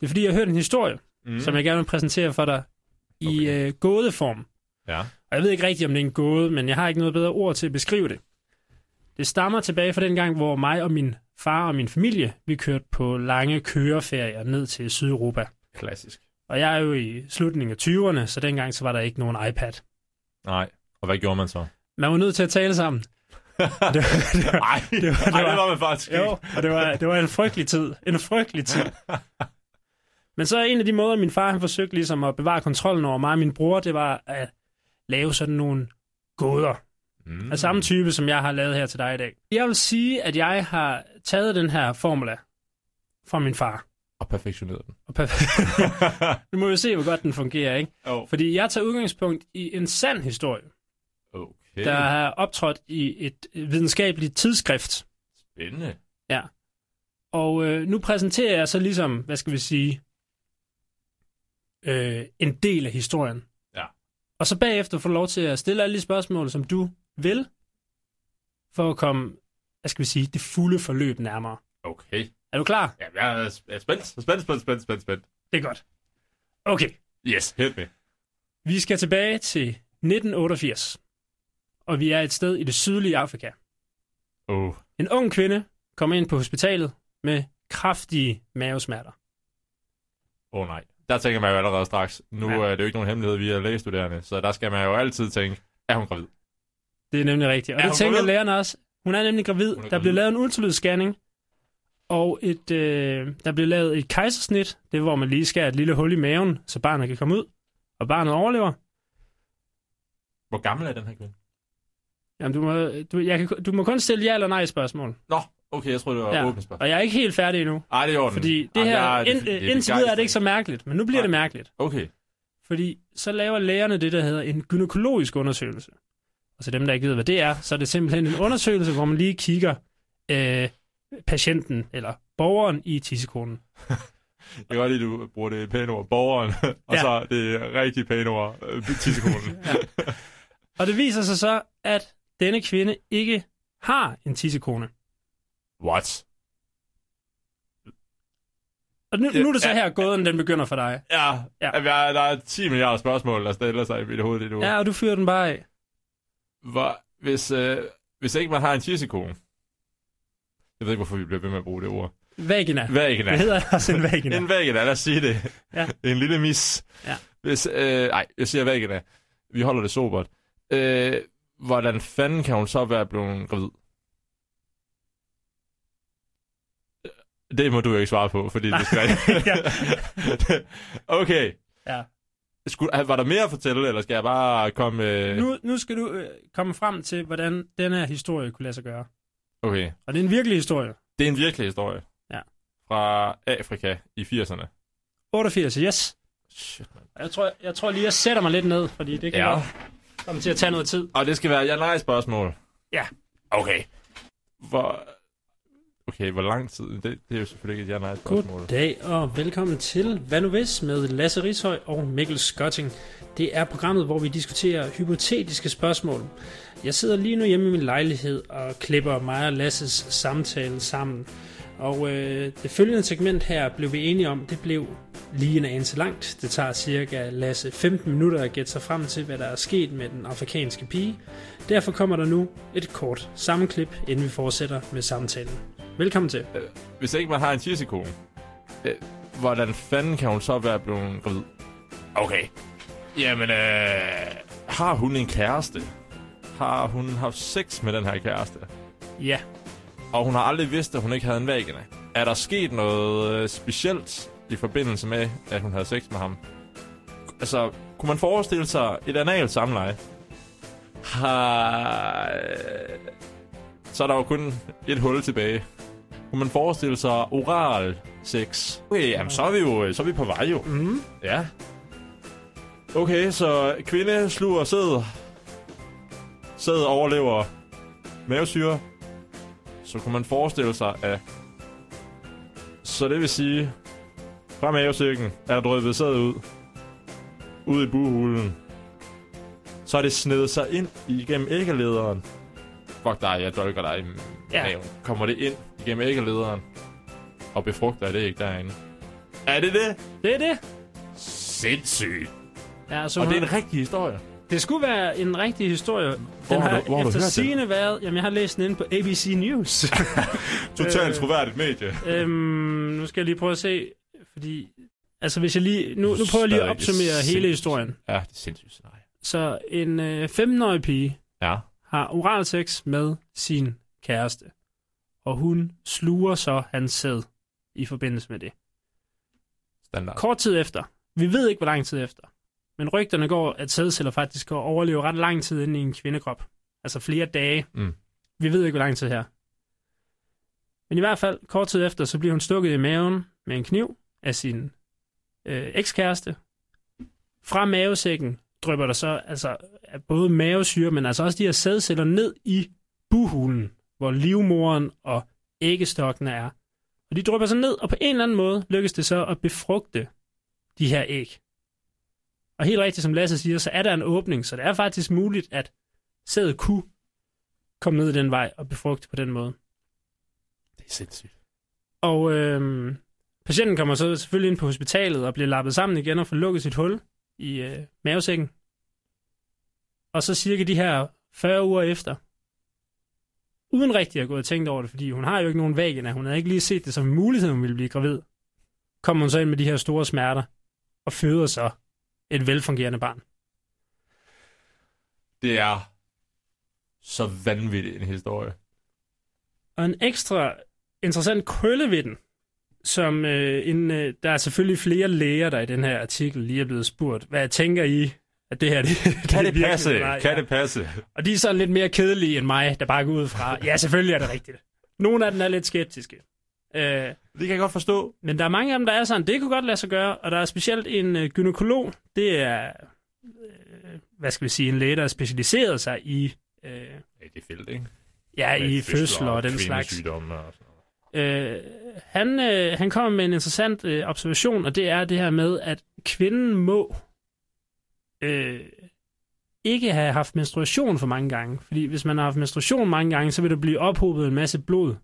Det er fordi, jeg har hørt en historie, mm. som jeg gerne vil præsentere for dig i okay. øh, gådeform. Ja. Og jeg ved ikke rigtigt, om det er en gåde, men jeg har ikke noget bedre ord til at beskrive det. Det stammer tilbage fra den gang, hvor mig og min far og min familie, vi kørte på lange køreferier ned til Sydeuropa. Klassisk. Og jeg er jo i slutningen af 20'erne, så dengang så var der ikke nogen iPad. Nej. Og hvad gjorde man så? Man var nødt til at tale sammen. Det var- det var- Nej, det, det var- det det var- var man faktisk ikke. Jo, og det var, det var en frygtelig tid. En frygtelig tid. Men så en af de måder, min far han forsøgte ligesom at bevare kontrollen over mig og min bror, det var at lave sådan nogle gåder Mm. af samme type, som jeg har lavet her til dig i dag. Jeg vil sige, at jeg har taget den her formula fra min far. Og perfektioneret den. Og perf- nu må vi se, hvor godt den fungerer, ikke? oh. Fordi jeg tager udgangspunkt i en sand historie, Okay, der er optrådt i et videnskabeligt tidsskrift. spændende. Og øh, nu præsenterer jeg så ligesom, hvad skal vi sige, øh, en del af historien. Ja. Og så bagefter får du lov til at stille alle de spørgsmål, som du vil, for at komme, hvad skal vi sige, det fulde forløb nærmere. Okay. Er du klar? Ja, jeg er jeg er spændt, spændt, spændt, spændt, spændt, spændt. Det er godt. Okay, Yes, hit me. vi skal tilbage til 1988, og vi er et sted i det sydlige Afrika. Oh. En ung kvinde kommer ind på hospitalet med kraftige mavesmerter. oh, nej. Der tænker man jo allerede straks. Nu Ja. ja. er det jo ikke nogen hemmelighed, vi er lægestuderende, så der skal man jo altid tænke, er hun gravid? Det er nemlig rigtigt. Og Er det hun tænker gravid? lægerne også. Hun er nemlig gravid. Hun er der gravid. blev lavet en ultralydsscanning, og et, øh, der blev lavet et kejsersnit. Det er, hvor man lige skærer et lille hul i maven, så barnet kan komme ud, og barnet overlever. Hvor gammel er den her kvinde? Jamen, du må, du, jeg kan, du må kun stille ja eller nej spørgsmål. Nå, okay, jeg tror det var Ja. ja. åbent spørgsmål. Og jeg er ikke helt færdig endnu, Ej, det er i orden. fordi det Ej, her, jeg ja, ind, det, indtil videre er det ikke så mærkeligt, men nu bliver Nej. det mærkeligt. Okay, Fordi så laver lægerne det, der hedder en gynækologisk undersøgelse. Og til dem, der ikke ved, hvad det er, så er det simpelthen en undersøgelse, hvor man lige kigger øh, patienten eller borgeren i tissekonen. jeg kan godt lide, at du bruger det pæne ord, borgeren, Ja. og ja. så det rigtig pæne ord, øh, tissekonen. Og det viser sig så, at denne kvinde ikke har en tissekone. What? Og nu, nu er det så Ja. her, gåden den begynder for dig. Ja, Ja. ja. Jeg, der er 10 milliarder spørgsmål, der stiller sig i mit hoved lige nu. Ja, og du fyrer den bare af. Hvor, hvis, øh, hvis ikke man har en tissekone, jeg ved ikke, hvorfor vi bliver ved med at bruge det ord. Vagina. Vagina. Det hedder også en vagina. En vagina, lad os sige det. Ja. En lille mis. Ja. Hvis, øh, ej, jeg siger vagina. Vi holder det sobert. Øh, hvordan fanden kan hun så være blevet gravid? Øh, Det må du jo ikke svare på, fordi det skal jeg Okay. Ja. Skulle, var der mere at fortælle, eller skal jeg bare komme... Øh... Nu, nu skal du øh, komme frem til, hvordan den her historie kunne lade sig gøre. Okay. Og det er en virkelig historie. Det er en virkelig historie. Ja. Fra Afrika i 80'erne. 88, yes. Shit, man. Jeg tror, jeg tror lige, jeg sætter mig lidt ned, fordi det kan Ja. ja. komme til at tage noget tid. Og det skal være ja-nej-spørgsmål. Ja. Okay. Hvor... Okay, hvor lang tid? Det, det er jo selvfølgelig ikke et ja-nej-spørgsmål. Goddag og velkommen til Hvad nu hvis med Lasse Rishøj og Mikkel Skotting. Det er programmet, hvor vi diskuterer hypotetiske spørgsmål. Jeg sidder lige nu hjemme i min lejlighed og klipper mig og Lasses samtale sammen. Og øh, det følgende segment her blev vi enige om, det blev lige en anelse langt. Det tager cirka Lasse 15 minutter at gætte sig frem til, hvad der er sket med den afrikanske pige. Derfor kommer der nu et kort sammenklip, inden vi fortsætter med samtalen. Velkommen til. Hvis ikke man har en tissekone, øh, hvordan fanden kan hun så være blevet gravid? Okay. Jamen, øh... Har hun en kæreste? Har hun haft sex med den her kæreste? Ja, Og hun har aldrig vidst, at hun ikke havde en vagina. Er der sket noget øh, specielt i forbindelse med, at hun havde sex med ham? Altså, kunne man forestille sig et analt samleje? Har... øh, Så er der jo kun et hul tilbage. Kunne man forestille sig oral sex? Okay, jamen, så er vi jo øh, så er vi på vej jo. Mhm. Ja. Okay, så kvinde sluger sæd. Sæd overlever mavesyre. Så kunne man forestille sig, at... Så det vil sige... Fra mavesækken er der drøbet sæd ud. Ud i buhulen. Så er det snedet sig ind igennem æggelederen. Fuck dig, jeg dolker dig i Ja. ja. maven. Kommer det ind igennem æggelederen? Og befrugter det ikke derinde? Er det det? Det er det. Sindssygt. Ja, så Og hun, det er det, en rigtig historie. det skulle være en rigtig historie. Den Hvor har har du- hvor har du efter hørt den? sigende været... Jamen, jeg har læst den inde på ABC News. Totalt Øh. troværdigt medie. øhm, nu skal jeg lige prøve at se, fordi... Altså, hvis jeg lige... Nu, nu prøver jeg lige at Stadig opsummere hele sindssygt. historien. Ja, det er sindssygt scenarie. Så en øh, 15-årig pige Ja. har oral sex med sin kæreste, og hun sluger så hans sæd i forbindelse med det. Standard. Kort tid efter, vi ved ikke hvor lang tid efter, men rygterne går, at sædceller faktisk kan overleve ret lang tid inde i en kvindekrop. Altså flere dage. Mm. Vi ved ikke hvor lang tid her. Men i hvert fald, kort tid efter, så bliver hun stukket i maven med en kniv af sin øh, ekskæreste. Fra mavesækken drøber der så altså, både mavesyre, men altså også de her sædceller ned i buhulen, hvor livmoren og æggestokken er. Og de drypper sig ned, og på en eller anden måde lykkes det så at befrugte de her æg. Og helt rigtigt, som Lasse siger, så er der en åbning, så det er faktisk muligt, at sædet kunne komme ned den vej og befrugte på den måde. Det er sindssygt. Og øhm, patienten kommer så selvfølgelig ind på hospitalet og bliver lappet sammen igen og får lukket sit hul i øh, mavesækken. Og så cirka de her 40 uger efter, uden rigtig at gå og tænkt over det, fordi hun har jo ikke nogen vagina, hun havde ikke lige set det som en mulighed, hun ville blive gravid, kommer hun så ind med de her store smerter og føder så et velfungerende barn. Det er så vanvittig en historie. Og en ekstra interessant krølle ved den, som øh, en, øh, der er selvfølgelig flere læger, der i den her artikel lige er blevet spurgt, hvad tænker I, at det her det, Kan er det virkelig passe? eller ej?" Kan det passe? Og de er sådan lidt mere kedelige end mig, der bare går ud fra, ja, selvfølgelig er det rigtigt. Nogle af dem er lidt skeptiske. Øh, Det kan jeg godt forstå. men der er mange af dem, der er sådan, det kunne godt lade sig gøre, og der er specielt en øh, gynekolog, det er, øh, hvad skal vi sige, en læge, der har specialiseret sig i, øh, Ja, det er fedt, ikke? ja, Med i fødsler og den slags. kvindesygdomme og sådan noget. Øh, han, øh, han kommer med en interessant øh, observation, og det er det her med, at kvinden må øh, ikke have haft menstruation for mange gange. Fordi hvis man har haft menstruation mange gange, så vil der blive ophobet en masse blod. Nå.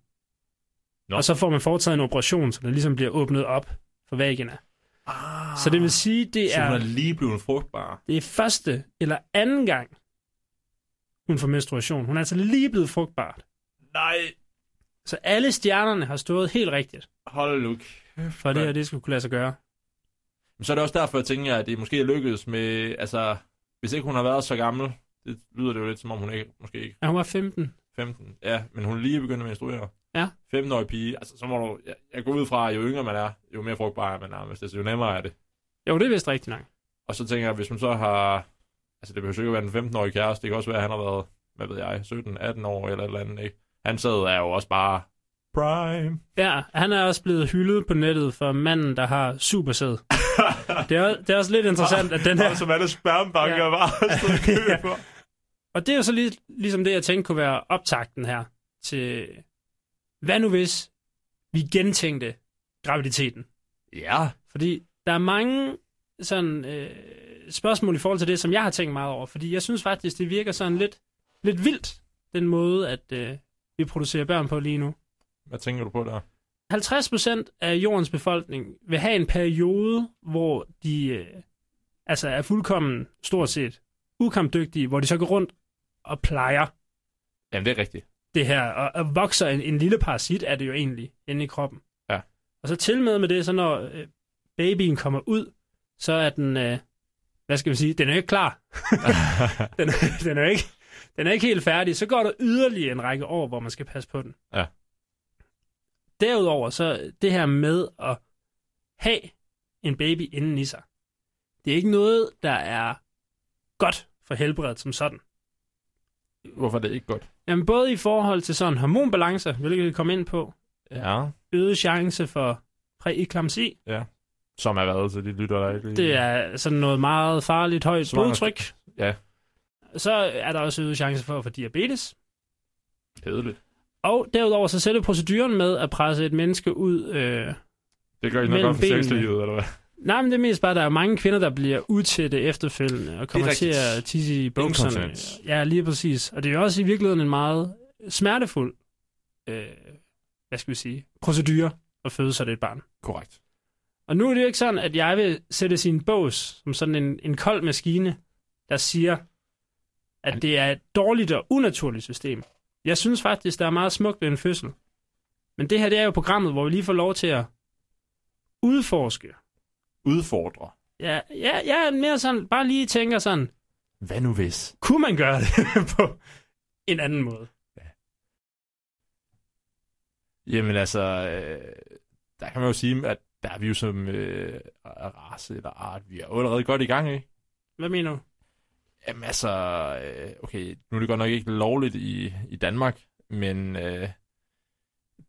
Nå. Og så får man foretaget en operation, så der ligesom bliver åbnet op for vagina. Ah, Så det vil sige, det så hun er er, lige blevet frugtbar. det er første eller anden gang, hun får menstruation. Hun er altså lige blevet frugtbart. Nej, Så alle stjernerne har stået helt rigtigt, hold nu for at det her det skulle kunne lade sig gøre. Men så er det også derfor, jeg tænker, at det måske er lykkedes med, altså, hvis ikke hun har været så gammel, det lyder det jo lidt som om hun ikke, måske ikke Ja, hun var 15. 15, ja, men hun er lige begyndt at menstruere. Ja. 15-årig pige, altså så må du, jeg, jeg går ud fra, at jo yngre man er, jo mere frugtbar er man nærmest, altså jo nemmere er det. Jo, det er vist rigtigt nok. Og så tænker jeg, hvis hun så har, altså det behøver jo ikke at være en 15-årig kæreste, det kan også være, at han har været, hvad ved jeg, 17-18 år eller et eller andet, ikke? Han sad er jo også bare prime. Ja, han er også blevet hyldet på nettet for manden, der har supersæd. det, er, det er også lidt interessant, at den her... som alle spermbanker Ja. bare stod i kø for. Og det er jo så lige, ligesom det, jeg tænkte kunne være optakten her til... Hvad nu hvis vi gentænkte graviditeten? Ja. Fordi der er mange sådan, øh, spørgsmål i forhold til det, som jeg har tænkt meget over. Fordi jeg synes faktisk, det virker sådan lidt, lidt vildt, den måde, at øh, vi producerer børn på lige nu. Hvad tænker du på der? 50% af jordens befolkning vil have en periode, hvor de øh, altså er fuldkommen, stort set, ukampdygtige, hvor de så går rundt og plejer Jamen, det er rigtigt. det her, og, og vokser en, en lille parasit, er det jo egentlig, inde i kroppen. Ja. Og så til med med det, så når øh, babyen kommer ud, så er den, øh, hvad skal vi sige, den er jo ikke klar. den, er- den, er jo ikke, den er ikke helt færdig. Så går der yderligere en række år, hvor man skal passe på den. Ja. Derudover så det her med at have en baby inden i sig. Det er ikke noget, der er godt for helbredet som sådan. Hvorfor er det ikke godt? Jamen både i forhold til sådan hormonbalancer, hvilket vi kom ind på, Ja. øget chance for præeklamsi, Som er været til de lytter, der ikke lige... det er sådan noget meget farligt højt Så mange- blodtryk. Ja. Så er der også øget chance for at få diabetes. kedeligt. Og derudover så sætter proceduren med at presse et menneske ud. Øh... Det gør ikke noget Mellem godt for benene. sexlivet, eller hvad? Nej, men det er mest bare, at der er mange kvinder, der bliver utætte efterfølgende og kommer til rigtigt. at tisse i bukserne. Inkontinens. Ja, lige præcis. Og det er jo også i virkeligheden en meget smertefuld, øh, hvad skal vi sige, procedure at føde sig et barn. Korrekt. Og nu er det jo ikke sådan, at jeg vil sætte sin bås som sådan en, en kold maskine, der siger, at det er et dårligt og unaturligt system. Jeg synes faktisk, der er meget smukt ved en fødsel. Men det her, det er jo programmet, hvor vi lige får lov til at udforske. Udfordre. Ja, ja, jeg er mere sådan, bare lige tænker sådan, Hvad nu hvis? kunne man gøre det på en anden måde? Jamen altså, øh, der kan man jo sige, at der er vi jo som øh, race eller art, vi er jo allerede godt i gang, ikke? Hvad mener du? Jamen altså, øh, okay, nu er det godt nok ikke lovligt i, i Danmark, men øh,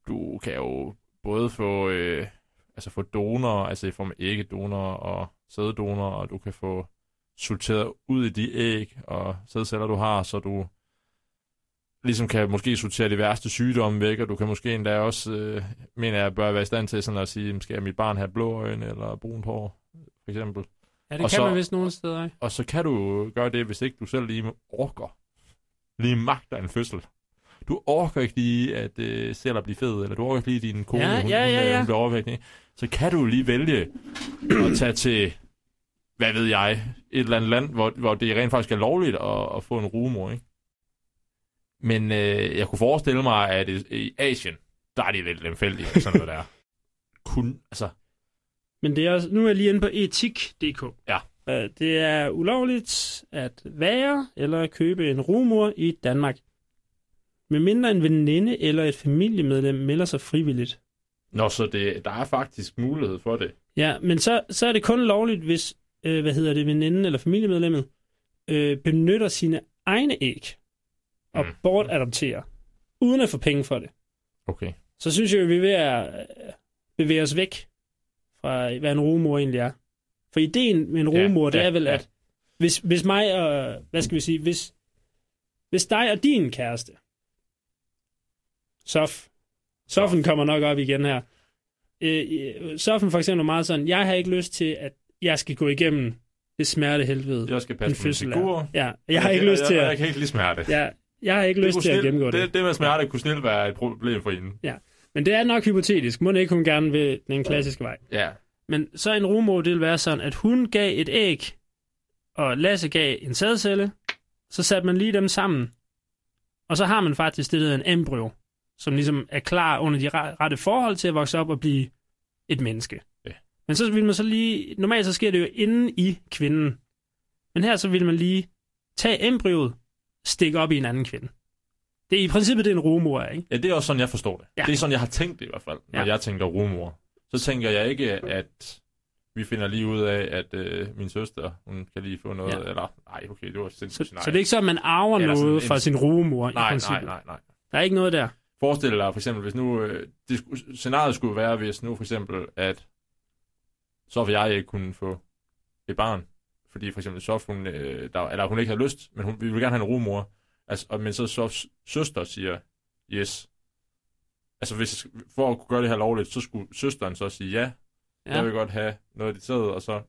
du kan jo både få, øh, altså få donorer, altså i form af æggedonorer og sæddonorer, og du kan få sorteret ud i de æg og sædceller, du har, så du ligesom kan måske sortere de værste sygdomme væk, og du kan måske endda også, øh, mener jeg, bør være i stand til sådan at sige, "Jamen, skal mit barn have blå øjne eller brunt hår, for eksempel. Ja, det Og og kan så- så... man vist nogle steder, ikke? Og så kan du jo gøre det, hvis ikke du selv lige orker. Lige magter en fødsel. Du orker ikke lige at øh, selv at blive fed, eller du orker ikke lige din kone, Ja, hun, ja, hun, ja, øh, ja. hun bliver overvægtig. ikke? Så kan du lige vælge at tage til, hvad ved jeg, et eller andet land, hvor, hvor det rent faktisk er lovligt at, at få en rumor, ikke? Men øh, jeg kunne forestille mig, at i, i Asien, der er de lidt lemfældige, og sådan noget der. Kun, altså, Men det er også, nu er jeg lige inde på etik.dk. Ja. Øh, Det er ulovligt at være eller købe en rumor i Danmark. Med mindre en veninde eller et familiemedlem melder sig frivilligt. når så det, der er faktisk mulighed for det. Ja, men så, så er det kun lovligt, hvis, øh, hvad hedder det, veninden eller familiemedlemmet øh, benytter sine egne æg og Mm. mm. bortadopterer, uden at få penge for det. Okay. Så synes jeg, at vi er ved at øh, bevæge os væk fra, hvad en rumor egentlig er. For ideen med en Ja, rumor, ja, det ja, er vel, ja. ja. at hvis, hvis mig og, hvad skal vi sige, hvis, hvis dig og din kæreste, Sof, Soffen kommer nok op igen her. Øh, øh, Soffen for eksempel er meget sådan, jeg har ikke lyst til, at jeg skal gå igennem det smertehelvede. Jeg skal en passe på min fødsel er. figur. Ja, jeg har ikke lyst til jeg, jeg at, kan ikke lide smerte. ja, jeg har ikke Det lyst kunne til at snildt- gennemgå det. det. Det med smerte kunne snilt være et problem for hende. Men det er nok hypotetisk. Må ikke hun gerne vil den klassiske vej. Ja. Men så en rumor det ville være sådan, at hun gav et æg, og Lasse gav en sædcelle, så satte man lige dem sammen. Og så har man faktisk det, der hedder en embryo, som ligesom er klar under de re- rette forhold til at vokse op og blive et menneske. Ja. Men så vil man så lige, normalt så sker det jo inden i kvinden. Men her så vil man lige tage embryoet, stikke op i en anden kvinde. Det er i princippet det, en rumor er, ikke? ja, det er også sådan, jeg forstår det. Ja. Det er sådan, jeg har tænkt det i hvert fald, når Ja. jeg tænker rumor. Så tænker jeg ikke, at vi finder lige ud af, at øh, min søster, hun kan lige få noget, ja. Ja. eller nej, okay, det var sindssygt. Så, nej. så det er ikke sådan, at man arver Ja, ja, eller sådan noget en- fra sin rumor i nej, nej, princippet. nej, nej. Der er ikke noget der. Forestil dig for eksempel, hvis nu, øh, det, sku- scenariet skulle være, hvis nu for eksempel, at så vil jeg ikke kunne få et barn, fordi for eksempel Sof, hun, øh, der, eller hun ikke har lyst, men hun, vi vil gerne have en rumor, altså, og, men så Sofs søster siger, yes. Altså hvis, for at kunne gøre det her lovligt, så skulle søsteren så sige, ja, ja. jeg vil godt have noget af dit sæd, og så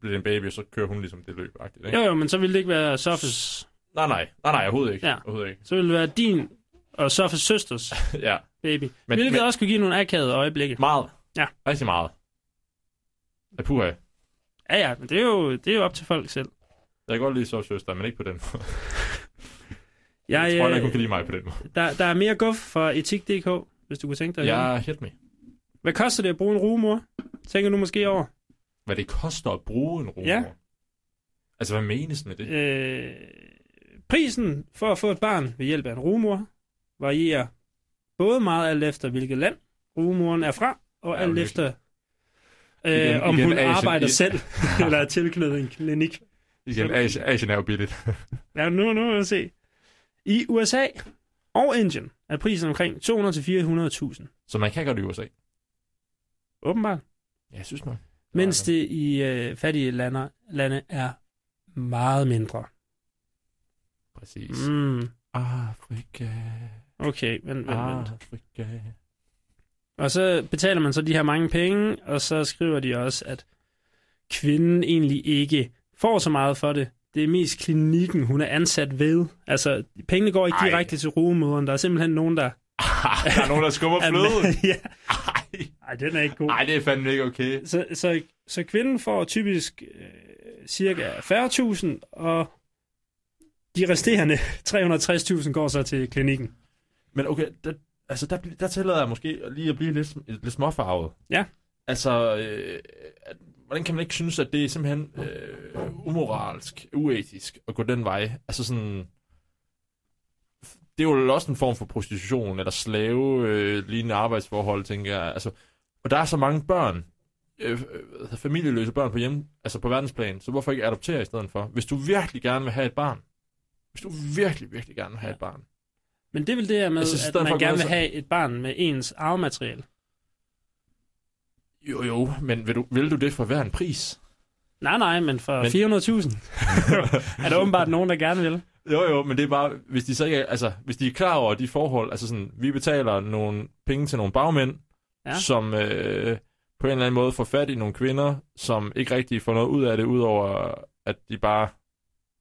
bliver det en baby, og så kører hun ligesom det løb. Ikke? Jo, jo, men så ville det ikke være Sofis. Nej, nej, nej, nej, overhovedet ikke. Ja. Overhovedet ikke. Så ville det være din og Sofis søsters ja, baby. Men, Men- hvilket men- men... også kunne give nogle akavede øjeblikke. meget. Ja. Rigtig meget. Ja, puha. Ja, ja, men det er jo, det er jo op til folk selv. Jeg kan godt lide sovs søster, men ikke på den måde. Jeg, Jeg, tror heller øh, ikke, hun kan lide mig på den måde. der, der er mere guf fra etik.dk, hvis du kunne tænke dig. Ja, Ja. hit me. Hvad koster det at bruge en rumor? Tænker du måske over? Hvad det koster at bruge en rumor. Ja. Altså, hvad menes med det? Øh, prisen for at få et barn ved hjælp af en rumor varierer både meget alt efter, hvilket land rumoren er fra, og Ja, alt virkelig. efter, Igen- øh, om igen hun Asien. arbejder I- selv, eller er tilknyttet en klinik. Igen, Asien, Asien er jo billigt. Ja, nu, nu må vi se. I USA og Indien er prisen omkring 200-400.000, Så man kan godt lide USA. åbenbart. Ja, jeg synes nok. Mens det i øh, fattige lande, lande er meget mindre. Præcis. Mm. Mm, Afrika, okay, vent, vent, ah. vent. Afrika. Og så betaler man så de her mange penge, og så skriver de også, at kvinden egentlig ikke får så meget for det. Det er mest klinikken, hun er ansat ved. Altså, pengene går ikke Ej. direkte til rugemøderen. Der er simpelthen nogen, der... Ah, der er nogen, der skummer er fløden. med- ja, Ej, Nej, den er ikke god. Nej, det er fandme ikke okay. Så, så, så kvinden får typisk øh, cirka 40.000, og de resterende 360.000 går så til klinikken. Men okay, der, altså der, bl- der tillader jeg måske lige at blive lidt, sm- lidt småfarvet. Ja. Altså, øh, at, hvordan kan man ikke synes, at det er simpelthen øh, umoralsk, uetisk at gå den vej? Altså sådan... Det er jo også en form for prostitution, eller slave, øh, lignende arbejdsforhold, tænker jeg. Altså, og der er så mange børn, øh, øh, hvad hedder, familieløse børn på hjem, altså på verdensplan, så hvorfor ikke adoptere i stedet for? Hvis du virkelig gerne vil have et barn. Hvis du virkelig, virkelig gerne vil have et barn. Men det er vel det her med, Jeg synes, at der er man folk gerne også- vil have et barn med ens arvemateriale. Jo, jo, men vil du, vil du det for hver en pris? Nej, nej, men for Men- 400.000 er der åbenbart nogen, der gerne vil. Jo, jo, men det er bare, hvis de så ikke, er- altså, hvis de er klar over de forhold, altså sådan, vi betaler nogle penge til nogle bagmænd, Ja. ja. som øh, på en eller anden måde får fat i nogle kvinder, som ikke rigtig får noget ud af det, udover at de bare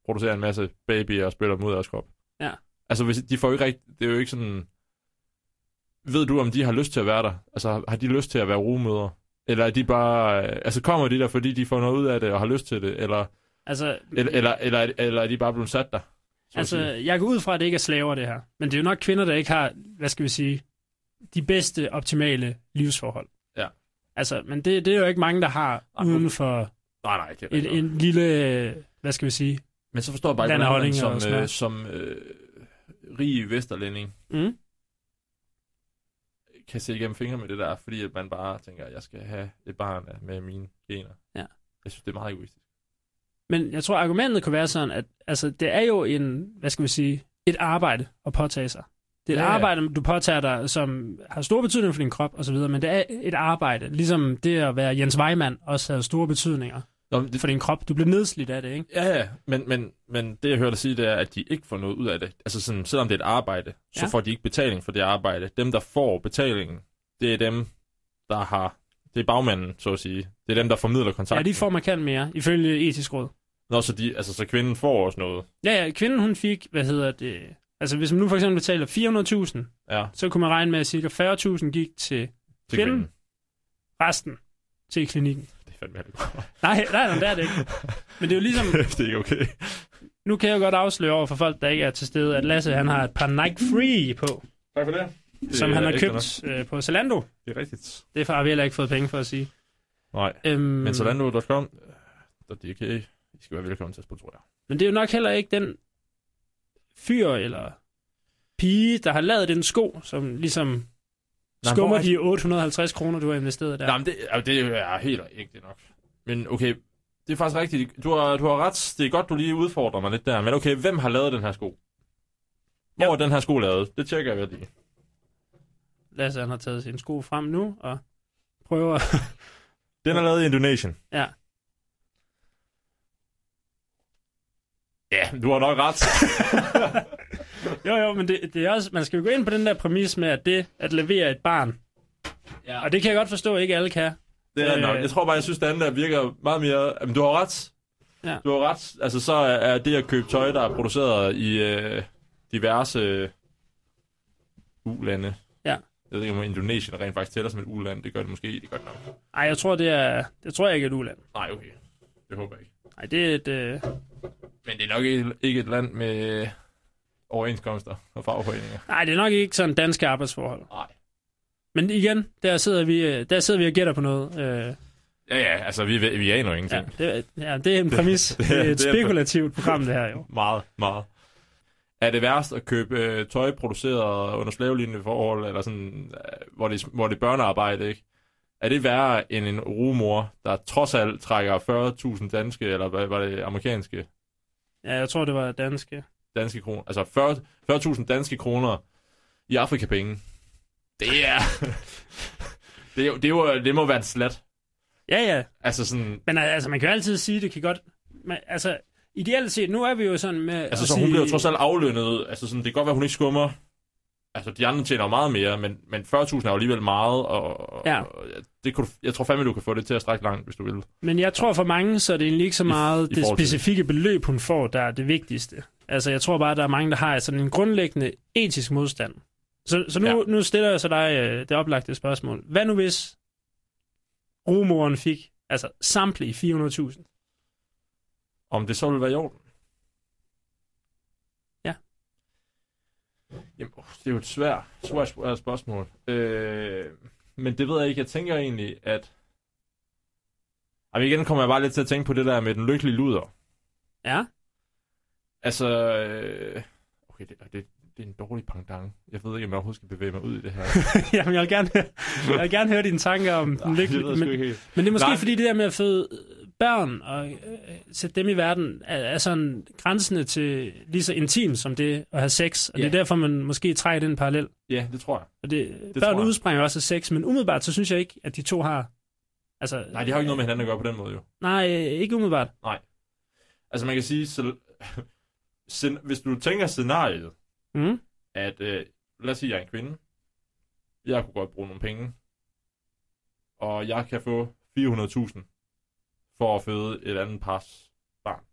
producerer en masse babyer og spiller dem ud af deres krop. Ja. Altså, hvis de får jo ikke rigtig, det er jo ikke sådan, ved du, om de har lyst til at være der? Altså, har- har de lyst til at være rumøder? Eller er de bare, øh, altså kommer de der, fordi de får noget ud af det og har lyst til det? Eller Altså, Eller, eller, eller, eller er de bare blevet sat der? så at altså, sige? jeg går ud fra, at det ikke er slaver, det her. Men det er jo nok kvinder, der ikke har, hvad skal vi sige, de bedste optimale livsforhold. Ja. Altså, men det, det er jo ikke mange, der har Nej, uden for Nej, nej, det er et, rigtigt. en lille, hvad skal vi sige, Men så forstår jeg bare ikke, hvordan man Landeholdning og som, sådan øh, noget. som øh, rig vesterlænding mm, kan se igennem fingre med det der, fordi at man bare tænker, at jeg skal have et barn af- med mine gener. Ja. Jeg synes, det er meget egoistisk. Men jeg tror, argumentet kunne være sådan, at altså, det er jo en, hvad skal vi sige, et arbejde at påtage sig. Det er et Ja, ja, ja. arbejde, du påtager dig, som har stor betydning for din krop osv., men det er et arbejde. Ligesom det at være Jens Weimann også havde store betydninger Nå, men det, for din krop. Du blev nedslidt af det, ikke? ja, ja, men, men, men det, jeg hørte dig sige, det er, at de ikke får noget ud af det. Altså, sådan, selvom det er et arbejde, så Ja. får de ikke betaling for det arbejde. Dem, der får betalingen, det er dem, der har... Det er bagmanden, så at sige. Det er dem, der formidler Ja, kontakten. de får markant mere, ifølge etisk råd. Nå, så, de, altså, så kvinden får også noget. Ja, ja, kvinden hun fik, hvad hedder det... Altså hvis man nu for eksempel betaler 400.000, Ja, så kunne man regne med, at ca. 40.000 gik til til Kvinden? kvinden. resten til klinikken. Det er fandme heller Nej, nej, nej, det er det ikke. Men det er jo ligesom, ikke. det er ikke okay. Nu kan jeg jo godt afsløre over for folk, der ikke er til stede, at Lasse han har et par Nike Free på, Tak for det. det som er han har ægte nok. købt øh, på Zalando. Det er rigtigt. Det har vi heller ikke fået penge for at sige. Nej, Øhm, men Zalando.com, der Øh, er okay. I skal være velkommen til at spille, tror jeg. men det er jo nok heller ikke den fyr eller pige, der har lavet den sko, som ligesom hvor skummer er- de 850 kroner, du har investeret der. Ja. Nej, men det, altså, det er helt ægte nok. Men okay, det er faktisk rigtigt. Du har, du har ret. Det er godt, du lige udfordrer mig lidt der. Men okay, hvem har lavet den her sko? Hvor Ja. er den her sko lavet? Det tjekker jeg lige. Lasse han har taget sin sko frem nu og prøver... Den er lavet i Indonesien. Ja. Ja, du har nok ret. jo, jo, men det, det er også... Man skal jo gå ind på den der præmis med, at det at levere et barn, ja. og det kan jeg godt forstå, at ikke alle kan. Det er øh, Øh, nok. Jeg tror bare, jeg synes, det andet der virker meget mere... Jamen, du har ret. Ja. Du har ret. Altså, så er det at købe tøj, der er produceret i øh, diverse øh, ulande. Ja. Jeg ved ikke, om Indonesien rent faktisk tæller som et uland. Det gør det måske. Det gør det nok. Ej, jeg tror, det er... Jeg tror ikke, er et uland. Nej, okay. Det håber jeg ikke. Nej, det er et... Øh... Men det er nok ikke, ikke et land med øh, overenskomster og fagforeninger. Nej, det er nok ikke sådan danske arbejdsforhold. Nej. Men igen, der sidder vi, øh, der sidder vi og gætter på noget. Øh, Ja, ja. Altså, vi, ved- vi aner ja, ingenting. Ja. det, ja, det er en præmis. det Det, er- det er et det er- spekulativt program, det her jo. Meget, meget. Er det værst at købe øh, tøj produceret under slavelignende forhold, eller sådan, øh, hvor, det, hvor det er børnearbejde, ikke? Er det værre end en rumor, der trods alt trækker 40.000 danske, eller hvad var det, amerikanske, Ja, jeg tror, det var danske. danske kroner, altså 40 40.000 danske kroner i Afrikapenge? Det er... det, er jo- det, er jo, det må være et slat. Ja, ja. Altså sådan... Men øh, altså, man kan jo altid sige, det kan godt... Man, altså, ideelt set, nu er vi jo sådan med... Altså, så hun bliver jo trods alt aflønnet. Altså, sådan, det kan godt være, hun ikke skummer. Altså, de andre tjener jo meget mere, men, men 40.000 er jo alligevel meget, og, Ja. og ja, det kunne, du- jeg tror fandme, du kan få det til at strække langt, hvis du vil. Men jeg tror for mange, så er det egentlig ikke så I- meget i I, det forhold til- specifikke beløb, hun får, der er det vigtigste. Altså, jeg tror bare, der er mange, der har sådan en grundlæggende etisk modstand, Så, så nu, ja. nu stiller jeg så dig øh, det oplagte spørgsmål. Hvad nu hvis rumoren fik altså samtlige 400.000? Om det så ville være i orden? Ja. Jamen, uh, det er jo et svært, svært sp- øh, spørgsmål. Øh, men det ved jeg ikke. Jeg tænker egentlig, at... Jamen igen kommer jeg bare lidt til at tænke på det der med den lykkelige luder. Ja, Altså... Øh, okay, det, det, det er en dårlig pendant. Jeg ved ikke, om jeg overhovedet skal bevæge mig ud i det her. Jamen, jeg vil gerne, jeg vil gerne høre dine tanker om Nej, den det ved lykkelige. jeg sgu Men, ikke helt. men det er måske Nej. Nej. fordi det der med at føde øh, børn og øh, sætte dem i verden, er, er sådan grænsende til lige så intimt som det at have sex. Og Ja. det er derfor, man måske trækker den parallel. Ja, det tror jeg. Og det, Det det tror børn jeg. udspringer også af sex, men umiddelbart så synes jeg ikke, at de to har... Altså, Nej, det har jo ikke noget med hinanden at gøre på den måde, jo. Nej, øh, ikke umiddelbart. Altså, man kan sige... Så, sen, hvis du tænker scenariet, Mm. at... Øh, lad os sige, jeg er en kvinde. Jeg kunne godt bruge nogle penge. Og jeg kan få 400.000 for at føde et andet pars barn.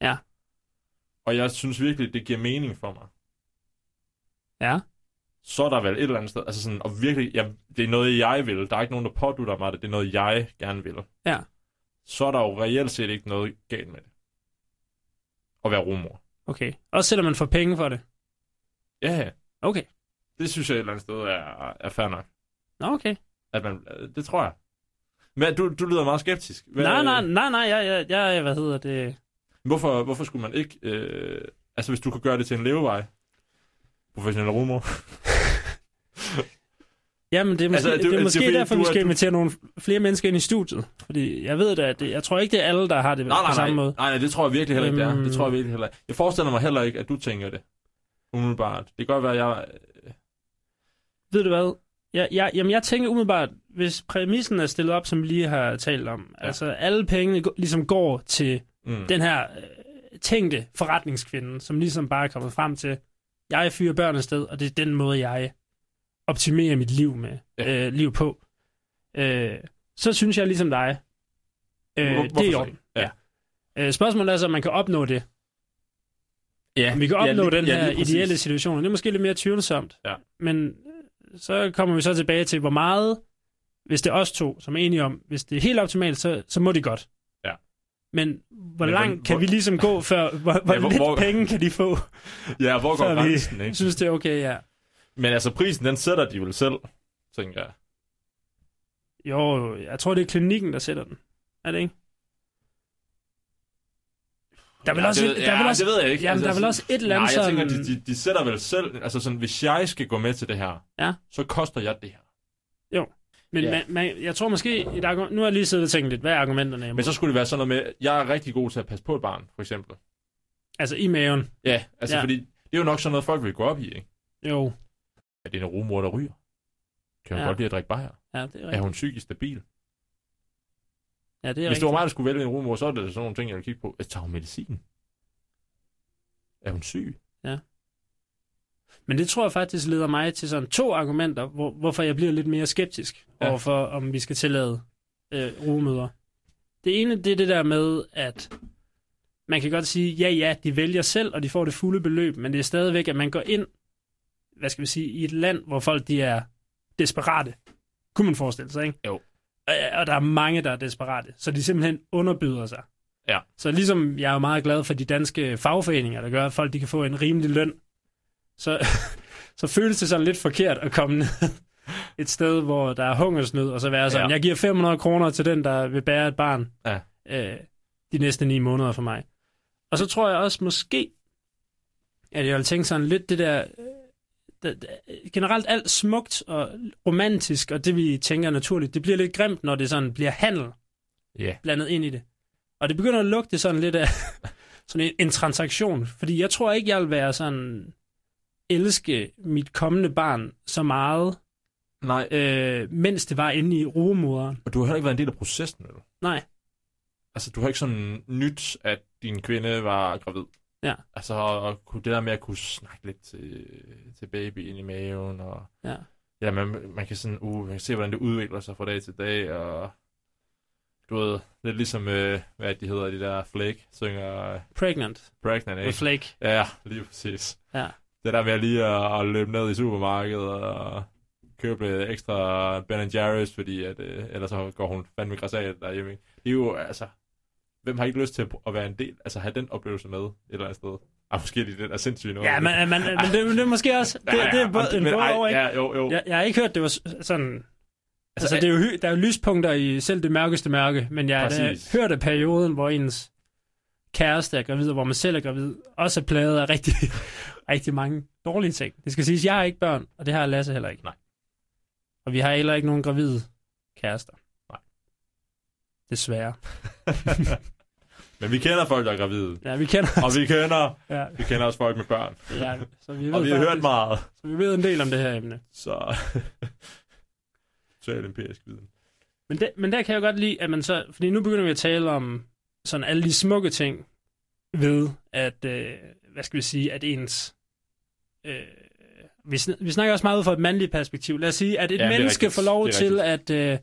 Ja. Og jeg synes virkelig, det giver mening for mig. Ja. så er der vel et eller andet sted, altså sådan, og virkelig, jeg, det er noget, jeg vil. Der er ikke nogen, der pådutter mig det. Det er noget, jeg gerne vil. Ja. Så er der jo reelt set ikke noget galt med det. At være rumor. Okay. Også selvom man får penge for det. Ja, ja. Okay. det synes jeg et eller andet sted er, er fair nok. Nå, okay. At man, øh, det tror jeg. Men du, du lyder meget skeptisk. Hvad- øh, Nej, nej, nej, nej, jeg, jeg, jeg, hvad hedder det... Hvorfor, hvorfor skulle man ikke... Øh, altså, hvis du kunne gøre det til en levevej. Professionel rumor. Jamen, det er måske, altså, Altså, det, det- det det er er måske fordi, derfor, du vi er- skal du- invitere nogle flere mennesker ind i studiet. Fordi jeg ved da, at det, jeg tror ikke, det er alle, der har det Nej, på nej, samme nej. måde. Nej, nej, det tror jeg virkelig heller ikke, det er. Øhm. Det tror jeg virkelig heller ikke. Jeg forestiller mig heller ikke, at du tænker det. Umiddelbart. Det kan godt være, at jeg... mm. Ved du hvad? Jeg, jeg, jamen, jeg tænker umiddelbart, hvis præmissen er stillet op, som vi lige har talt om, Ja. ja. altså alle pengene gå- ligesom går til Mm. den her øh, tænkte forretningskvinde, som ligesom bare er kommet frem til, jeg fyrer børn afsted, og det er den måde, jeg optimerer mit liv med Ja. ja. øh, liv på. Øh, så synes jeg ligesom dig, øh, Hvor- det hvorfor er så jo ikke? Ja. Øh, spørgsmålet er så, om man kan opnå det. Ja, Om vi kan opnå lige- den her lige præcis. ideelle situation. Det er måske lidt mere tvivlsomt. Ja. Men øh, så kommer vi så tilbage til, hvor meget, hvis det er os to, som er enige om, hvis det er helt optimalt, så, så må de godt. Ja. Men hvor Men langt hvor- kan vi ligesom gå, før hvor, hvor, ja, hvor- hvor lidt hvor- penge kan de få? Ja, hvor går Før vi- grænsen, ikke? Jeg synes, det er okay, ja. Men altså, prisen, den sætter de vel selv, tænker jeg. Jo, jeg tror, det er klinikken, der sætter den. Er det ikke? Der vil ja, også, det, der vil ja, også, det ved jeg ikke. jamen, der er vel også et eller andet Nej, jeg tænker, sådan- de, de, de sætter vel selv... Altså sådan, hvis jeg skal gå med til det her, Ja. så koster jeg det her. men Ja. man, man, jeg tror måske, et argument, nu har jeg lige siddet og tænkt lidt, hvad er argumenterne? Men så skulle det være sådan noget med, jeg er rigtig god til at passe på et barn, for eksempel. Altså i maven. Ja, altså Ja. fordi det er jo nok sådan noget, folk vil gå op i, ikke? Jo, Er det en rumor, der ryger? Kan hun Ja. godt lide at drikke bajer? ja, det er Er rigtigt. hun psykisk stabil? Ja, det er Hvis det rigtigt. var mig, der skulle vælge en rumor, så er det sådan nogle ting, jeg vil kigge på. Øh, Tager hun medicin? Er hun syg? Men det tror jeg faktisk leder mig til sådan to argumenter, hvor, hvorfor jeg bliver lidt mere skeptisk Ja. ja. overfor, om vi skal tillade øh, rugemøder. Det ene, det er det der med, at man kan godt sige, ja ja, de vælger selv, og de får det fulde beløb, men det er stadigvæk, at man går ind, hvad skal vi sige, i et land, hvor folk de er desperate. Kunne man forestille sig, ikke? Jo. Og, og der er mange, der er desperate, så de simpelthen underbyder sig. Ja. Så ligesom jeg er jo meget glad for de danske fagforeninger, der gør, at folk de kan få en rimelig løn, så, så føles det sådan lidt forkert at komme ned et sted, hvor der er hungersnød, og så være sådan, Ja. ja. jeg giver 500 kroner til den, der vil bære et barn Ja. øh, de næste ni måneder for mig. Og så tror jeg også måske, at jeg vil tænke sådan lidt det der, øh, det- det- generelt alt smukt og romantisk, og det vi tænker er naturligt, det bliver lidt grimt, når det sådan bliver handel Ja. blandet ind i det. Og det begynder at lugte sådan lidt af sådan en, en transaktion, fordi jeg tror ikke, jeg vil være sådan elske mit kommende barn så meget, Nej, øh, mens det var inde i rugemoderen. Og du har heller ikke været en del af processen, vel? Nej. Altså, du har ikke sådan nyt, at din kvinde var gravid. Ja. Altså, og kunne det der med at kunne snakke lidt til, til babyen i maven, og Ja. ja, man, man kan sådan, uh, man kan se, hvordan det udvikler sig fra dag til dag, og du ved, lidt ligesom, øh, hvad de hedder, de der flake, synger øh, Pregnant Pregnant, with ikke? flake. Ja, lige præcis. Ja. Det der med lige at, at løbe ned i supermarkedet og købe lidt ekstra Ben Jerry's, fordi at, øh, ellers så går hun fandme græsat derhjemme. ikke? Det er jo, altså, hvem har ikke lyst til at være en del, altså have den oplevelse med et eller andet sted? Ah, måske er de lidt er sindssyge nu. Ja, men, men, men det, det er måske også... Det, det er både en men både ej, over, ikke? Ja, jo, jo. Jeg, jeg har ikke hørt, det var s- sådan... Altså, altså det er jo, hy- der er jo lyspunkter i selv det mørkeste mørke, men jeg har da Præcis. hørt af perioden, hvor ens kæreste er gravid, og hvor man selv er gravid, også er plaget af rigtig, rigtig mange dårlige ting. Det skal siges, jeg har ikke børn, og det har Lasse heller ikke. Nej. Og vi har heller ikke nogen gravide kærester. Nej. Desværre. Men vi kender folk, der er gravide. Ja, vi kender... Og vi kender, Ja, vi kender også folk med børn. ja, så vi ved Og vi har faktisk- hørt meget. Så vi ved en del om det her emne. Så... Total empirisk viden. Men, det, men der kan jeg jo godt lide, at man så... Fordi nu begynder vi at tale om sådan alle de smukke ting ved, at, øh, hvad skal vi sige, at ens... Øh, vi, sn- vi snakker også meget ud fra et mandligt perspektiv. Lad os sige, at et Ja, det ja, er menneske rigtigt. får lov Det er til at øh,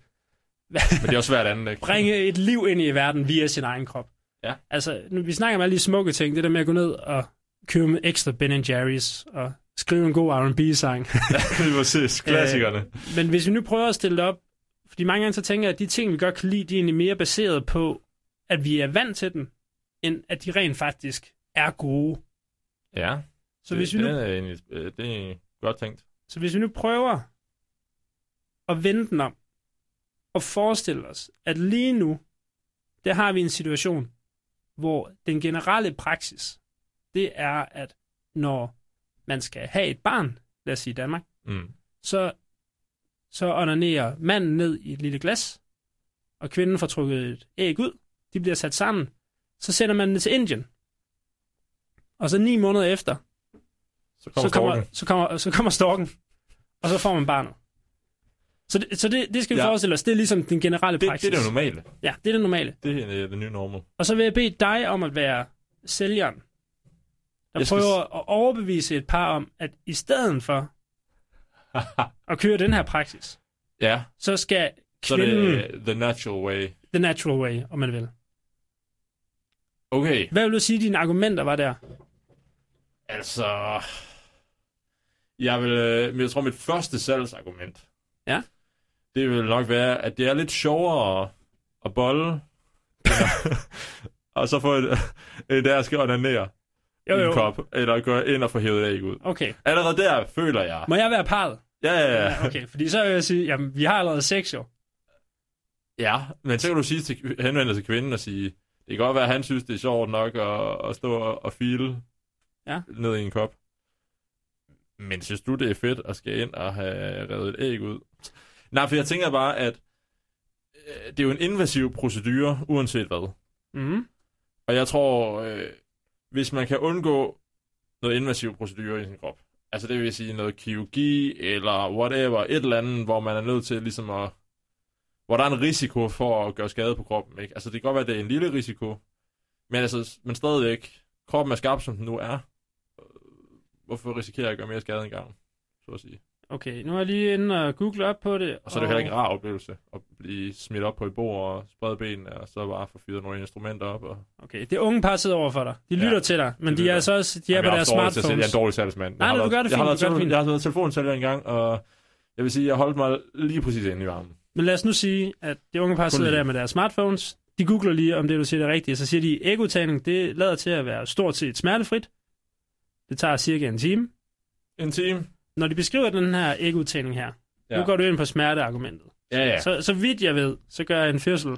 Men det er også svært andet, ikke? bringe et liv ind i verden via sin egen krop. Ja. Altså, nu, vi snakker om alle de smukke ting. Det der med at gå ned og købe en ekstra Ben Jerry's og skrive en god R&B-sang. Lige præcis. Klassikerne. Men hvis vi nu prøver at stille det op, fordi mange gange så tænker jeg, at de ting, vi godt kan lide, de er egentlig mere baseret på, at vi er vant til dem, end at de rent faktisk er gode. Øh, Ja. Så, hvis, vi det, nu, er egentlig, øh, det er egentlig godt tænkt. så hvis vi nu prøver at vende den om, og forestille os, at lige nu, der har vi en situation, hvor den generelle praksis, det er, at når man skal have et barn, lad os sige i Danmark, Mm. så, så onanerer manden ned i et lille glas, og kvinden får trukket et æg ud. De bliver sat sammen. Så sender man det til Indien. Og så ni måneder efter, Så kommer, så kommer, storken. så, kommer, så kommer storken, og så får man barnet. Så det, så det, det skal vi Ja. ja. forestille os. Det er ligesom den generelle Det, det praksis. er det jo normale. Ja, det er det normale. Det er øh, det nye normal. Og så vil jeg bede dig om at være sælgeren, der Jeg skal prøver at overbevise et par om, at i stedet for at køre den her praksis, ja, så skal så kvinden... er det øh, the natural way. The natural way, om man vil. Okay, Hvad vil du sige, dine argumenter var der? altså... Jeg, vil, øh, men jeg tror, mit første salgsargument, Ja. det vil nok være, at det er lidt sjovere at bolle, og så få et, et der skal onanere i en kop, eller gå ind og få hævet æg ud. Okay. Allerede der føler jeg, Må jeg være parret? ja, ja, ja. Ja, okay, fordi så vil jeg sige, jamen, vi har allerede sex jo. Ja, men så kan du sige til, henvende dig til kvinden og sige, det kan godt være, at han synes, det er sjovt nok at, at stå og, og file Ja. ned i en kop. Men synes du, det er fedt at skal ind og have revet et æg ud? Nej, for jeg tænker bare, at øh, det er jo en invasiv procedure, uanset hvad. Mm. Og jeg tror, øh, hvis man kan undgå noget invasiv procedure i sin krop, altså det vil sige noget kirurgi eller whatever, et eller andet, hvor man er nødt til ligesom at, hvor der er en risiko for at gøre skade på kroppen, ikke? Altså det kan godt være, at det er en lille risiko, men altså, men stadigvæk, kroppen er skarp, som den nu er. Øh, Hvorfor risikere at gøre mere skade end gavn, så at sige? Okay, nu er jeg lige inde og google op på det. Og så er det jo heller ikke en rar oplevelse at blive smidt op på et bord og sprede benene, og så bare få fyret nogle instrumenter op. Og... Okay, det unge par sidder over for dig. De Ja, lytter til dig, men de de, er lytter. altså også de er Jamen, på jeg deres haft dårlig til at sælge. Jeg er smartphones. en dårlig salgsmand. Nej, Jeg har nej, du været- gør det fint, jeg har du været gør det telefon- fint. Jeg har været telefonsælger engang, og jeg vil sige, jeg holdt mig lige præcis inde i varmen. Men lad os nu sige, at det unge par sidder lige. der med deres smartphones. De googler lige, om det, du siger, er rigtigt. Så siger de, at ægudtagning, det lader til at være stort set smertefrit. Det tager cirka en time. En time? Når de beskriver den her ægudtagning her, ja. nu går du ind på smerteargumentet. ja, ja. Ja. Så, så vidt jeg ved, så gør en fødsel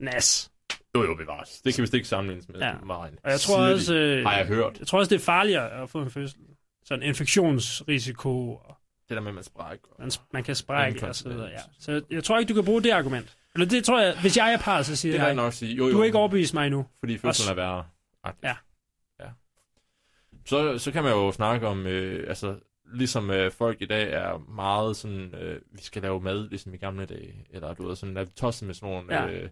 nas. Jo, jo, bevares. Det kan vist ikke sammenlignes med Ja. meget. Og jeg tror, Siger de. også, øh, Har jeg hørt. jeg tror også, det er farligere at få en fødsel. Sådan infektionsrisiko, og Det der med, at man sprækker. man, man kan sprække og så Inkontinens. videre. Ja. Så jeg tror ikke, du kan bruge det argument. Eller det tror jeg, hvis jeg er par, så siger Det kan jeg jeg, nok sige. Jo, jo. du er ikke overbevist mig endnu. Fordi fødslen er værre. Agtigt. Ja. ja. Så, så kan man jo snakke om, øh, altså, ligesom øh, folk i dag er meget sådan, øh, vi skal lave mad, ligesom i gamle dage, eller du ved, sådan, er vi tosset med sådan nogle, Ja. ja. øh,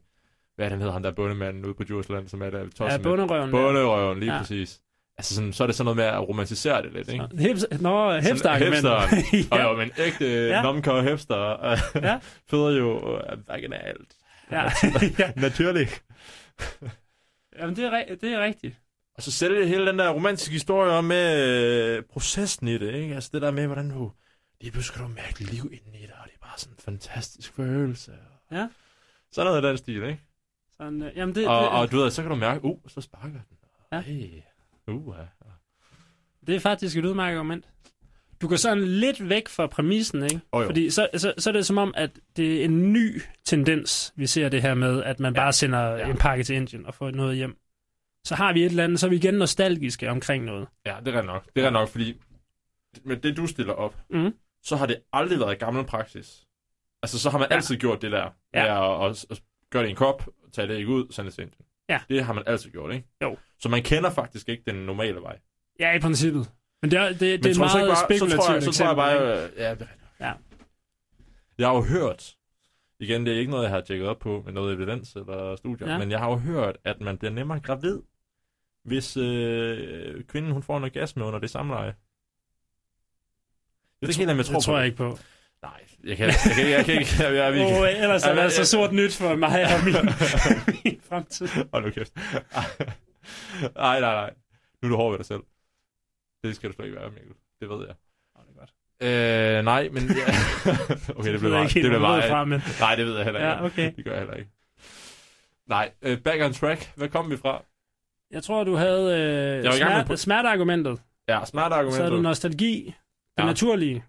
hvad er det, han hedder, ham der bondemanden ude på Djursland, som er der, er vi tosset Ja, med. bunderøven. Bonderøven, lige Ja. ja. præcis. Altså, sådan, så er det sådan noget med at romantisere det lidt, ikke? Nå, heps- Nå, hepster-argumentet. Og ja. jo, men ægte Ja. ja. nomkår hipster Ja. ja. føder jo øh, vaginalt. ja. ja. Naturligt. Jamen, det er, ri- det er rigtigt. Og Altså sælge hele den der romantiske historie om øh, processen i det, ikke? Altså det der med, hvordan du... Lige pludselig kan du mærke liv inden i dig, og det er bare sådan en fantastisk følelse. Og... Ja. Sådan noget af den stil, ikke? Sådan, øh, jamen det, Og, det, og du ved, så kan du mærke, uh, så sparker den. Ja. Hey. Uh, ja. det er faktisk et udmærket argument. Du går sådan lidt væk fra præmissen, ikke? Oh, Fordi... Fordi så, så, så er det som om, at det er en ny tendens, vi ser det her med, at man ja. bare sender Ja. ja. en pakke til Indien og får noget hjem. Så har vi et eller andet, så er vi igen nostalgiske omkring noget. ja, det er rent nok. Det er rent nok, fordi med det, du stiller op, Mm. så har det aldrig været gammel praksis. Altså, så har man Ja. ja. altid gjort det der. Ja. Ja. Med at, at, at gøre det i en kop, tage det ikke ud, sende det til Indien. Ja. Det har man altid gjort, ikke? Jo. Så man kender faktisk ikke den normale vej. Ja, i princippet. Men det er, det, det er Men et tror du så meget ikke bare- spekulativt så tror jeg, så tror jeg eksempel, ikke? bare, øh, ja, det er rigtigt. Ja. Jeg har jo hørt, igen, det er ikke noget, jeg har tjekket op på med noget evidens eller studier, Ja. ja. men jeg har jo hørt, at man bliver nemmere gravid, hvis øh, kvinden hun får en orgasme under det samleje. Jeg, Det det kan jeg, jeg tror, det tror på. jeg ikke på. Nej, jeg kan, jeg kan, jeg kan ikke. Jeg, jeg, jeg, Åh, jeg, oh, ellers er Ja, det men- altså sort nyt for mig og min, min fremtid. hold nu kæft. Nej, nej, nej. Nu er du hård ved dig selv. Det skal du slet ikke være, Mikkel. Det ved jeg. Oh, det er godt. Øh, nej, men... Ja. okay, det ved blev jeg bare... ikke Det helt, blev hvor bare det er fra, men Nej, det ved jeg heller ikke. ja, okay. Det gør jeg heller ikke. Nej, øh, back on track. Hvad kom vi fra? Jeg tror, du havde øh, var i gang med smerte, på- smerteargumentet. Ja, smart Så er det argument. nostalgi, det Ja. naturlige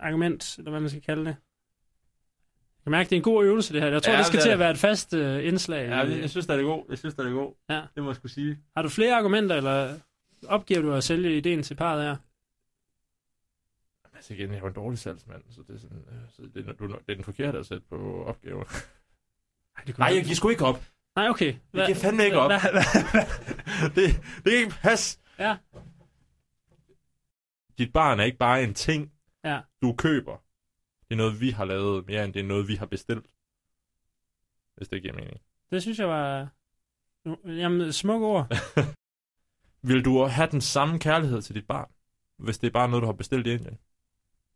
argument, eller hvad man skal kalde det. Jeg kan mærke, det er en god øvelse, det her. Jeg tror, Ja, ja, det skal det til er det. at være et fast øh, indslag. Ja, jeg, jeg synes, det er god. Jeg synes, det er god. Ja. Det må jeg skulle sige. Har du flere argumenter, eller opgiver du at sælge ideen til parret her? Jamen, altså igen, jeg er jo en dårlig salgsmand, så det er, sådan, øh, så det er, du, det er den forkerte at sætte på opgaven. Nej, det Nej, jeg giver sgu ikke op. Nej, okay. Jeg giver fandme ikke op. Hvad, hvad, det, det kan ikke passe. Ja. Dit barn er ikke bare en ting, Ja. du køber. Det er noget, vi har lavet mere, end det er noget, vi har bestilt. Hvis det giver mening. det synes jeg var... Jamen, smuk ord. Vil du have den samme kærlighed til dit barn, hvis det er bare noget, du har bestilt i Indien?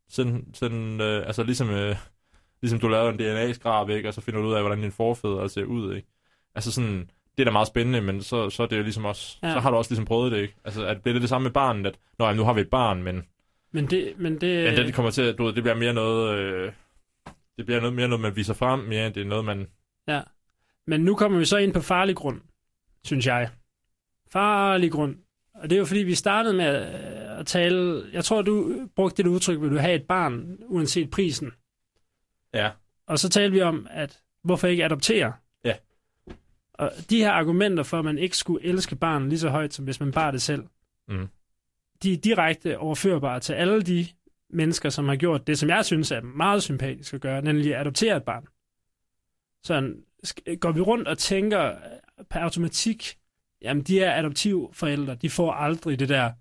Sådan, sådan øh, altså ligesom, øh, ligesom du laver en DNA-skrab, ikke? og så finder du ud af, hvordan din forfædre ser ud. Ikke? Altså sådan, det er da meget spændende, men så, så er det jo ligesom også, Ja. ja. så har du også ligesom prøvet det, ikke? Altså, at det er det samme med barnet, at, nå, jamen, nu har vi et barn, men, Men det... Men det, men det kommer til, at, du ved, det bliver mere noget, øh, det bliver noget, mere noget, man viser frem, mere end det er noget, man... Men nu kommer vi så ind på farlig grund, synes jeg. Farlig grund. Og det er jo fordi, vi startede med øh, at tale... Jeg tror, du brugte det udtryk, vil du have et barn, uanset prisen. Ja. Og så talte vi om, at hvorfor ikke adoptere? Ja. Og de her argumenter for, at man ikke skulle elske barnet lige så højt, som hvis man bar det selv, Mm. de er direkte overførbare til alle de mennesker, som har gjort det, som jeg synes er meget sympatisk at gøre, nemlig at adoptere et barn. Sådan, sk- går vi rundt og tænker øh, per automatik, jamen de her adoptivforældre, de får aldrig det der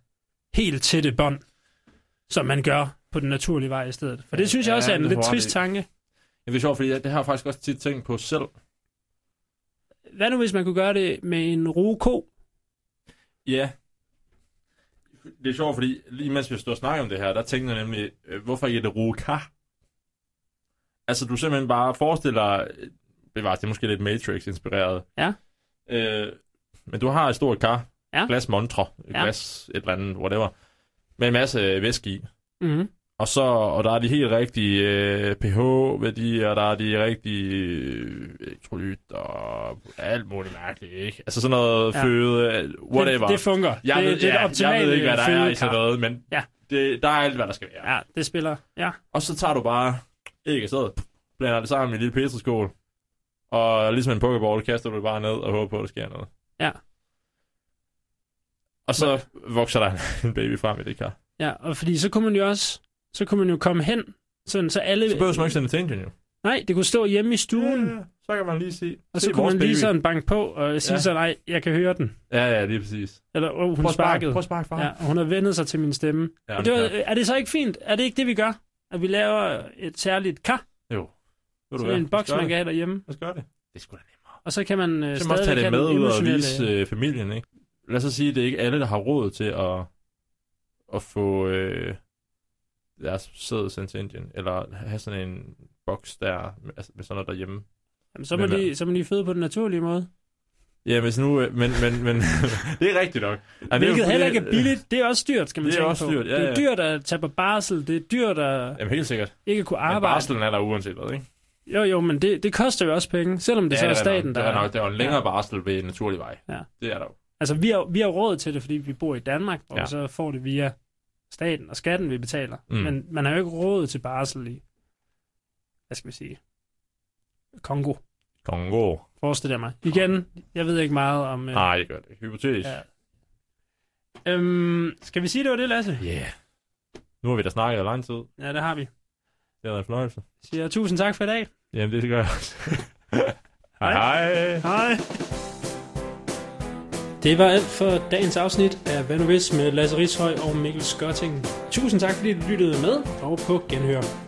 helt tætte bånd, som man gør på den naturlige vej i stedet. For det synes jeg Ja, også er en det lidt tror jeg, trist det- tanke. Jeg ved sjovt, fordi jeg- det har jeg faktisk også tit tænkt på selv. Hvad nu, hvis man kunne gøre det med en roko? Mhm. Ja. Det er sjovt, fordi lige mens vi stod og snakkede om det her, der tænkte jeg nemlig, øh, hvorfor ikke et ruka? Altså, du simpelthen bare forestiller, øh, bevares, det er måske lidt Matrix-inspireret. Ja. Øh, men du har et stort kar, Ja. glas montre, et Ja. glas et eller andet, whatever, med en masse øh, væske i. Mm-hmm. Og, så, og der er de helt rigtige øh, pH-værdier, og der er de rigtige øh, elektrolyt og alt muligt mærkeligt, ikke? Altså sådan noget Ja. ja. føde, øh, whatever. Det, det fungerer. Jeg, det, ved, det er det ja, optimale jeg ved ikke, hvad der er i fødekar. sådan noget, men Ja. ja. det, der er alt, hvad der skal være. Ja. Ja, det spiller. Ja. Og så tager du bare ikke sæd, blander det sammen i en lille petriskål, og ligesom en pokeball, kaster du det bare ned og håber på, at der sker noget. Ja. Og så vokser der en baby frem i det kar. ja, og fordi så kunne man jo også, så kunne man jo komme hen, sådan så alle... Så behøver man ikke sende det til Indien, jo. Nej, det kunne stå hjemme i stuen, Ja, så kan man lige sige, og så se kunne vores man lige baby. sådan banke på og sige ja. Ja. så nej, jeg kan høre den. Ja, ja, lige præcis. Eller, åh, oh, Prøv hun at sparke, sparkede. prøv at sparke, far. Ja, og hun har vendet sig til min stemme. ja Og det var, kan- er det så ikke fint? Er det ikke det, vi gør? At vi laver et særligt kar, Jo. Ved du sådan hvad? en boks, Lad os gøre man det. kan have derhjemme. Lad os gøre det. Det skulle sgu da nemmere. Og så kan man øh, Så man også tage stadigvæk det have med den ud og emotionelle- vise øh, familien, ikke? Lad os så sige, at det er ikke alle, der har råd til at, at få øh, deres sæd sendt til Indien, eller have sådan en boks der, med- altså med sådan noget derhjemme. Jamen, så, må Men, de, så må de føde på den naturlige måde. Ja, hvis nu... øh, Men, men, men det er rigtigt nok. Ja, det er jo Hvilket fordi, heller ikke at- er billigt. Det er også dyrt, skal man Det er tænke også på. dyrt, ja, det ja. er dyrt at tage på barsel. Det er dyrt at Jamen helt sikkert. ikke kunne Men arbejde. barselen er der uanset hvad, ikke? Jo, jo, men det, det koster jo også penge, selvom det så er der staten, nok, der... Det er nok, der er jo en længere barsel ved en naturlig vej. Ja. Det er der jo. Altså, vi har, vi har råd til det, fordi vi bor i Danmark, og Ja. ja. så får det via staten og skatten, vi betaler. Mm. Mm. Men man har jo ikke råd til barsel i, hvad skal vi sige, Kongo, Kongo. forestiller jeg mig. Igen, jeg ved ikke meget om... øh, Nej, det gør det. ikke. Hypotetisk. Ja. Ja. Øhm, skal vi sige, det var det, Lasse? Yeah. Nu har vi da snakket i lang tid. Ja, det har vi. Det har været en fornøjelse. Jeg siger tusind tak for i dag. Jamen, det gør jeg også. hej. Hej. hej. Hej. Det var alt for dagens afsnit af Hvad nu hvis med Lasse Rishøj og Mikkel Skørting. Tusind tak, fordi du lyttede med, og på genhør.